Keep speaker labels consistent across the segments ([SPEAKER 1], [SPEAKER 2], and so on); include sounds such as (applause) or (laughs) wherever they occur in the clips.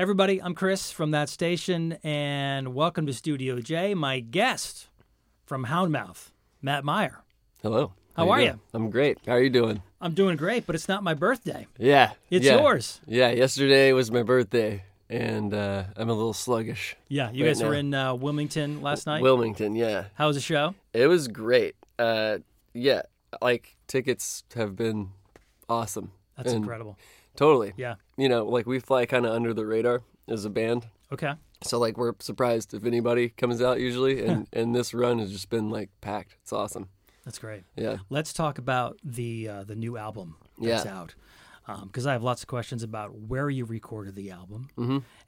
[SPEAKER 1] Everybody, I'm Chris from that station, and welcome to Studio J. My guest from Houndmouth, Matt Meyer.
[SPEAKER 2] Hello.
[SPEAKER 1] How are
[SPEAKER 2] doing?
[SPEAKER 1] you?
[SPEAKER 2] I'm great. How are you doing?
[SPEAKER 1] I'm doing great, but it's not my birthday.
[SPEAKER 2] Yeah.
[SPEAKER 1] It's
[SPEAKER 2] yeah.
[SPEAKER 1] yours.
[SPEAKER 2] Yeah. Yesterday was my birthday, and uh, I'm a little sluggish.
[SPEAKER 1] Yeah, you
[SPEAKER 2] right
[SPEAKER 1] guys were
[SPEAKER 2] now.
[SPEAKER 1] in uh, Wilmington last night.
[SPEAKER 2] Wilmington. Yeah.
[SPEAKER 1] How was the show?
[SPEAKER 2] It was great. Uh, yeah. Like tickets have been awesome.
[SPEAKER 1] That's
[SPEAKER 2] And-
[SPEAKER 1] incredible.
[SPEAKER 2] Totally.
[SPEAKER 1] Yeah.
[SPEAKER 2] You know, like we fly kind of under the radar as a band.
[SPEAKER 1] Okay.
[SPEAKER 2] So like we're surprised if anybody comes out usually,
[SPEAKER 1] (laughs)
[SPEAKER 2] and and this run has just been like packed. It's awesome.
[SPEAKER 1] That's great.
[SPEAKER 2] Yeah.
[SPEAKER 1] Let's talk about the uh, the new album that's
[SPEAKER 2] Yeah.
[SPEAKER 1] out. Because I have lots of questions about where you recorded the album,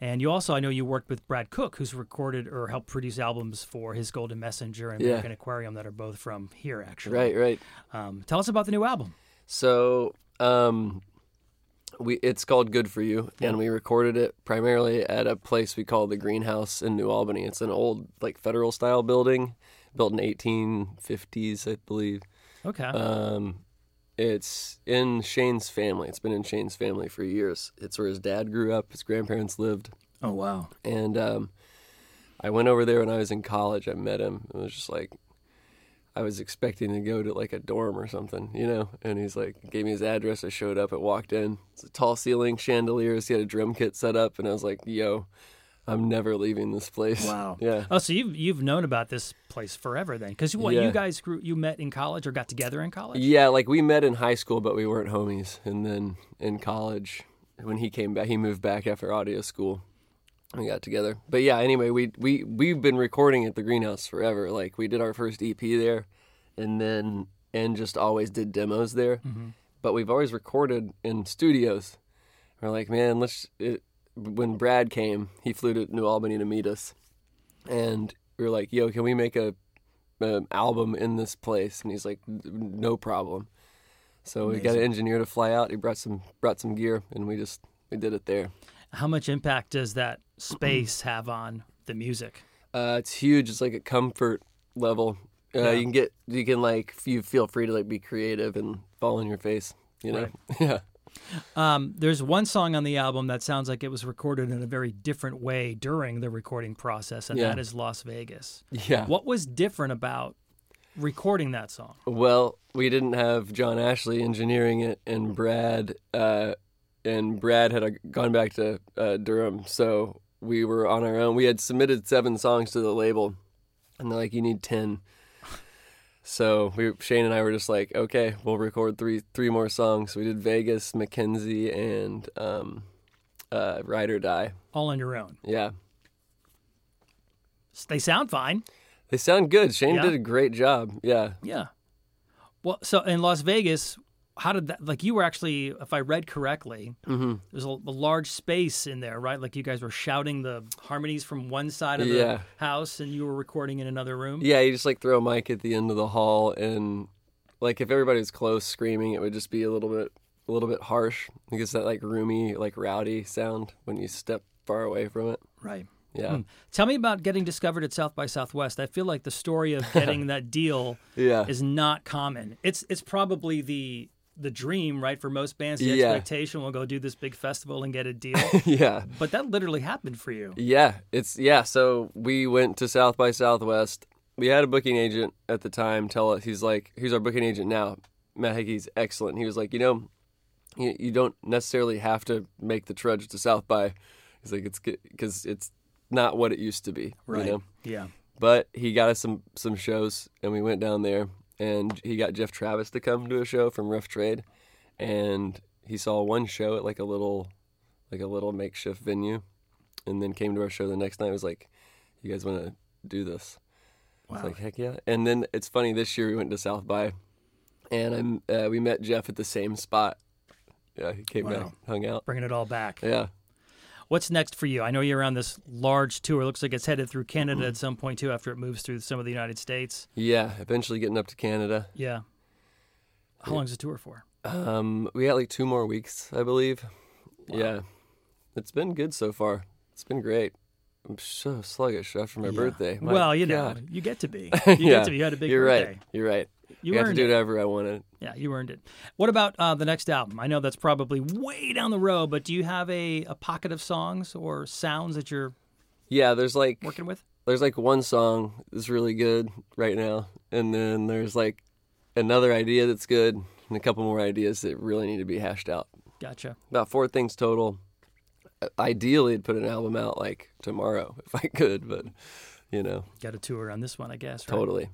[SPEAKER 1] and you also I know you worked with Brad Cook, who's recorded or helped produce albums for his Golden Messenger and
[SPEAKER 2] Yeah.
[SPEAKER 1] American Aquarium that are both from here actually.
[SPEAKER 2] Right. Right.
[SPEAKER 1] Um, tell us about the new album.
[SPEAKER 2] So, um, we it's called Good for You, and we recorded it primarily at a place we call the Greenhouse in New Albany. It's an old like federal style building, built in 1850s, I believe.
[SPEAKER 1] Okay.
[SPEAKER 2] Um, it's in Shane's family. It's been in Shane's family for years. It's where his dad grew up. His grandparents lived,
[SPEAKER 1] oh wow.
[SPEAKER 2] and um, I went over there when I was in college. I met him. It was just like I was expecting to go to like a dorm or something, you know. And he's like, gave me his address. I showed up. I walked in. It's a tall ceiling, chandeliers. He had a drum kit set up, and I was like, yo, I'm never leaving this place.
[SPEAKER 1] Wow.
[SPEAKER 2] (laughs) Yeah.
[SPEAKER 1] Oh, so you've you've known about this place forever then? Because what
[SPEAKER 2] Yeah.
[SPEAKER 1] you guys grew, you met in college or got together in college?
[SPEAKER 2] Yeah, like we met in high school, but we weren't homies. And then in college, when he came back, he moved back after audio school. We got together. But yeah, anyway, we we we've been recording at the greenhouse forever. Like we did our first EP there, and then and just always did demos there. But we've always recorded in studios. We're like, man, let's. It, when Brad came, he flew to New Albany to meet us, and we were like, yo, can we make a um, album in this place and he's like "N- no problem so we got an engineer to fly out he brought some brought some gear and we just we did it there
[SPEAKER 1] How much impact does that space have on the music?
[SPEAKER 2] uh, it's huge it's like a comfort level uh, you can get you can like f- you feel free to like be creative and fall on your face you know (laughs) yeah
[SPEAKER 1] Um, there's one song on the album that sounds like it was recorded in a very different way during the recording process, and
[SPEAKER 2] Yeah.
[SPEAKER 1] that is Las Vegas.
[SPEAKER 2] yeah
[SPEAKER 1] What was different about recording that song?
[SPEAKER 2] Well, we didn't have John Ashley engineering it, and Brad, uh, and Brad had uh, gone back to uh, Durham, so we were on our own. We had submitted seven songs to the label, and they're like, "You need 10. So we, Shane and I were just like, "Okay, we'll record three three more songs." We did Vegas, Mackenzie, and um, uh, Ride or Die.
[SPEAKER 1] All on your own.
[SPEAKER 2] Yeah,
[SPEAKER 1] S- They sound fine.
[SPEAKER 2] they sound good. Shane
[SPEAKER 1] Yeah.
[SPEAKER 2] did a great job. Yeah,
[SPEAKER 1] Yeah. Well, so in Las Vegas, how did that? Like you were actually, if I read correctly, there's a, a large space in there, right? Like you guys were shouting the harmonies from one side of the
[SPEAKER 2] Yeah.
[SPEAKER 1] house, and you were recording in another room.
[SPEAKER 2] Yeah, you just like throw a mic at the end of the hall, and like if everybody was close screaming, it would just be a little bit, a little bit harsh. It gets that like roomy, like rowdy sound when you step far away from it.
[SPEAKER 1] Right.
[SPEAKER 2] Yeah,
[SPEAKER 1] Tell me about getting discovered at South by Southwest. I feel like the story of
[SPEAKER 2] (laughs)
[SPEAKER 1] getting that deal
[SPEAKER 2] Yeah.
[SPEAKER 1] is not common. It's it's probably the the dream, right, for most bands. The
[SPEAKER 2] Yeah.
[SPEAKER 1] expectation we'll go do this big festival and get a
[SPEAKER 2] (laughs)
[SPEAKER 1] deal.
[SPEAKER 2] yeah,
[SPEAKER 1] but that literally happened for you.
[SPEAKER 2] yeah. It's yeah. So we went to South by Southwest. We had a booking agent at the time tell us he's like, he's our booking agent now. Matt Hickey's excellent. He was like, you know, you, you don't necessarily have to make the trudge to South by. He's like, it's because it's not what it used to be.
[SPEAKER 1] Right.
[SPEAKER 2] You know?
[SPEAKER 1] Yeah.
[SPEAKER 2] but he got us some some shows and we went down there and he got jeff travis to come to a show from rough trade and he saw one show at like a little like a little makeshift venue and then came to our show the next night and was like you guys want to do this wow. it's like heck yeah and then it's funny this year we went to south by and i uh, we met jeff at the same spot yeah he came back hung out
[SPEAKER 1] Bringing it all back.
[SPEAKER 2] yeah
[SPEAKER 1] What's next for you? I know you're on this large tour. It looks like it's headed through
[SPEAKER 2] Mm-hmm.
[SPEAKER 1] Canada at some point too, after it moves through some of the United States.
[SPEAKER 2] Yeah, eventually getting up to Canada.
[SPEAKER 1] Yeah. How long's the tour for?
[SPEAKER 2] Um, we got like two more weeks, I believe. Yeah, it's been good so far. It's been great. I'm so sluggish after my birthday. My
[SPEAKER 1] well, you know,
[SPEAKER 2] God.
[SPEAKER 1] you get to
[SPEAKER 2] (laughs)
[SPEAKER 1] be. You get to be. You had a big
[SPEAKER 2] You're
[SPEAKER 1] birthday.
[SPEAKER 2] right. You're right.
[SPEAKER 1] You
[SPEAKER 2] I got to
[SPEAKER 1] earned
[SPEAKER 2] do
[SPEAKER 1] it.
[SPEAKER 2] whatever I wanted.
[SPEAKER 1] Yeah, you earned it. What about uh, the next album? I know that's probably way down the road, but do you have a, a pocket of songs or sounds that you're
[SPEAKER 2] Yeah, there's like
[SPEAKER 1] working with?
[SPEAKER 2] there's like one song that's really good right now, and then there's like another idea that's good, and a couple more ideas that really need to be hashed out.
[SPEAKER 1] Gotcha.
[SPEAKER 2] About four things total. Ideally, I'd put an album out like tomorrow (laughs) if I could, but you know,
[SPEAKER 1] Got a tour on this one, I guess. Right?
[SPEAKER 2] totally.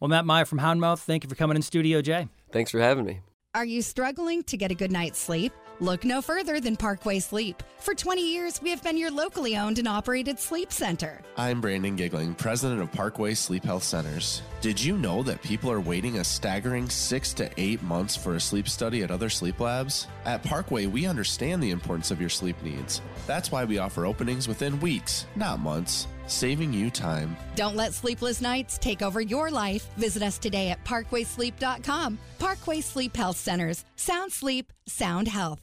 [SPEAKER 1] Well, Matt Meyer from Houndmouth, thank you for coming in Studio J.
[SPEAKER 2] Thanks for having me.
[SPEAKER 3] Are you struggling to get a good night's sleep? Look no further than Parkway Sleep. For 20 years, we have been your locally owned and operated sleep center.
[SPEAKER 4] I'm Brandon Giggling, president of Parkway Sleep Health Centers. Did you know that people are waiting a staggering six to eight months for a sleep study at other sleep labs? At Parkway, we understand the importance of your sleep needs. That's why we offer openings within weeks, not months, saving you time.
[SPEAKER 3] Don't let sleepless nights take over your life. Visit us today at parkwaysleep.com. Parkway Sleep Health Centers. Sound sleep, sound health.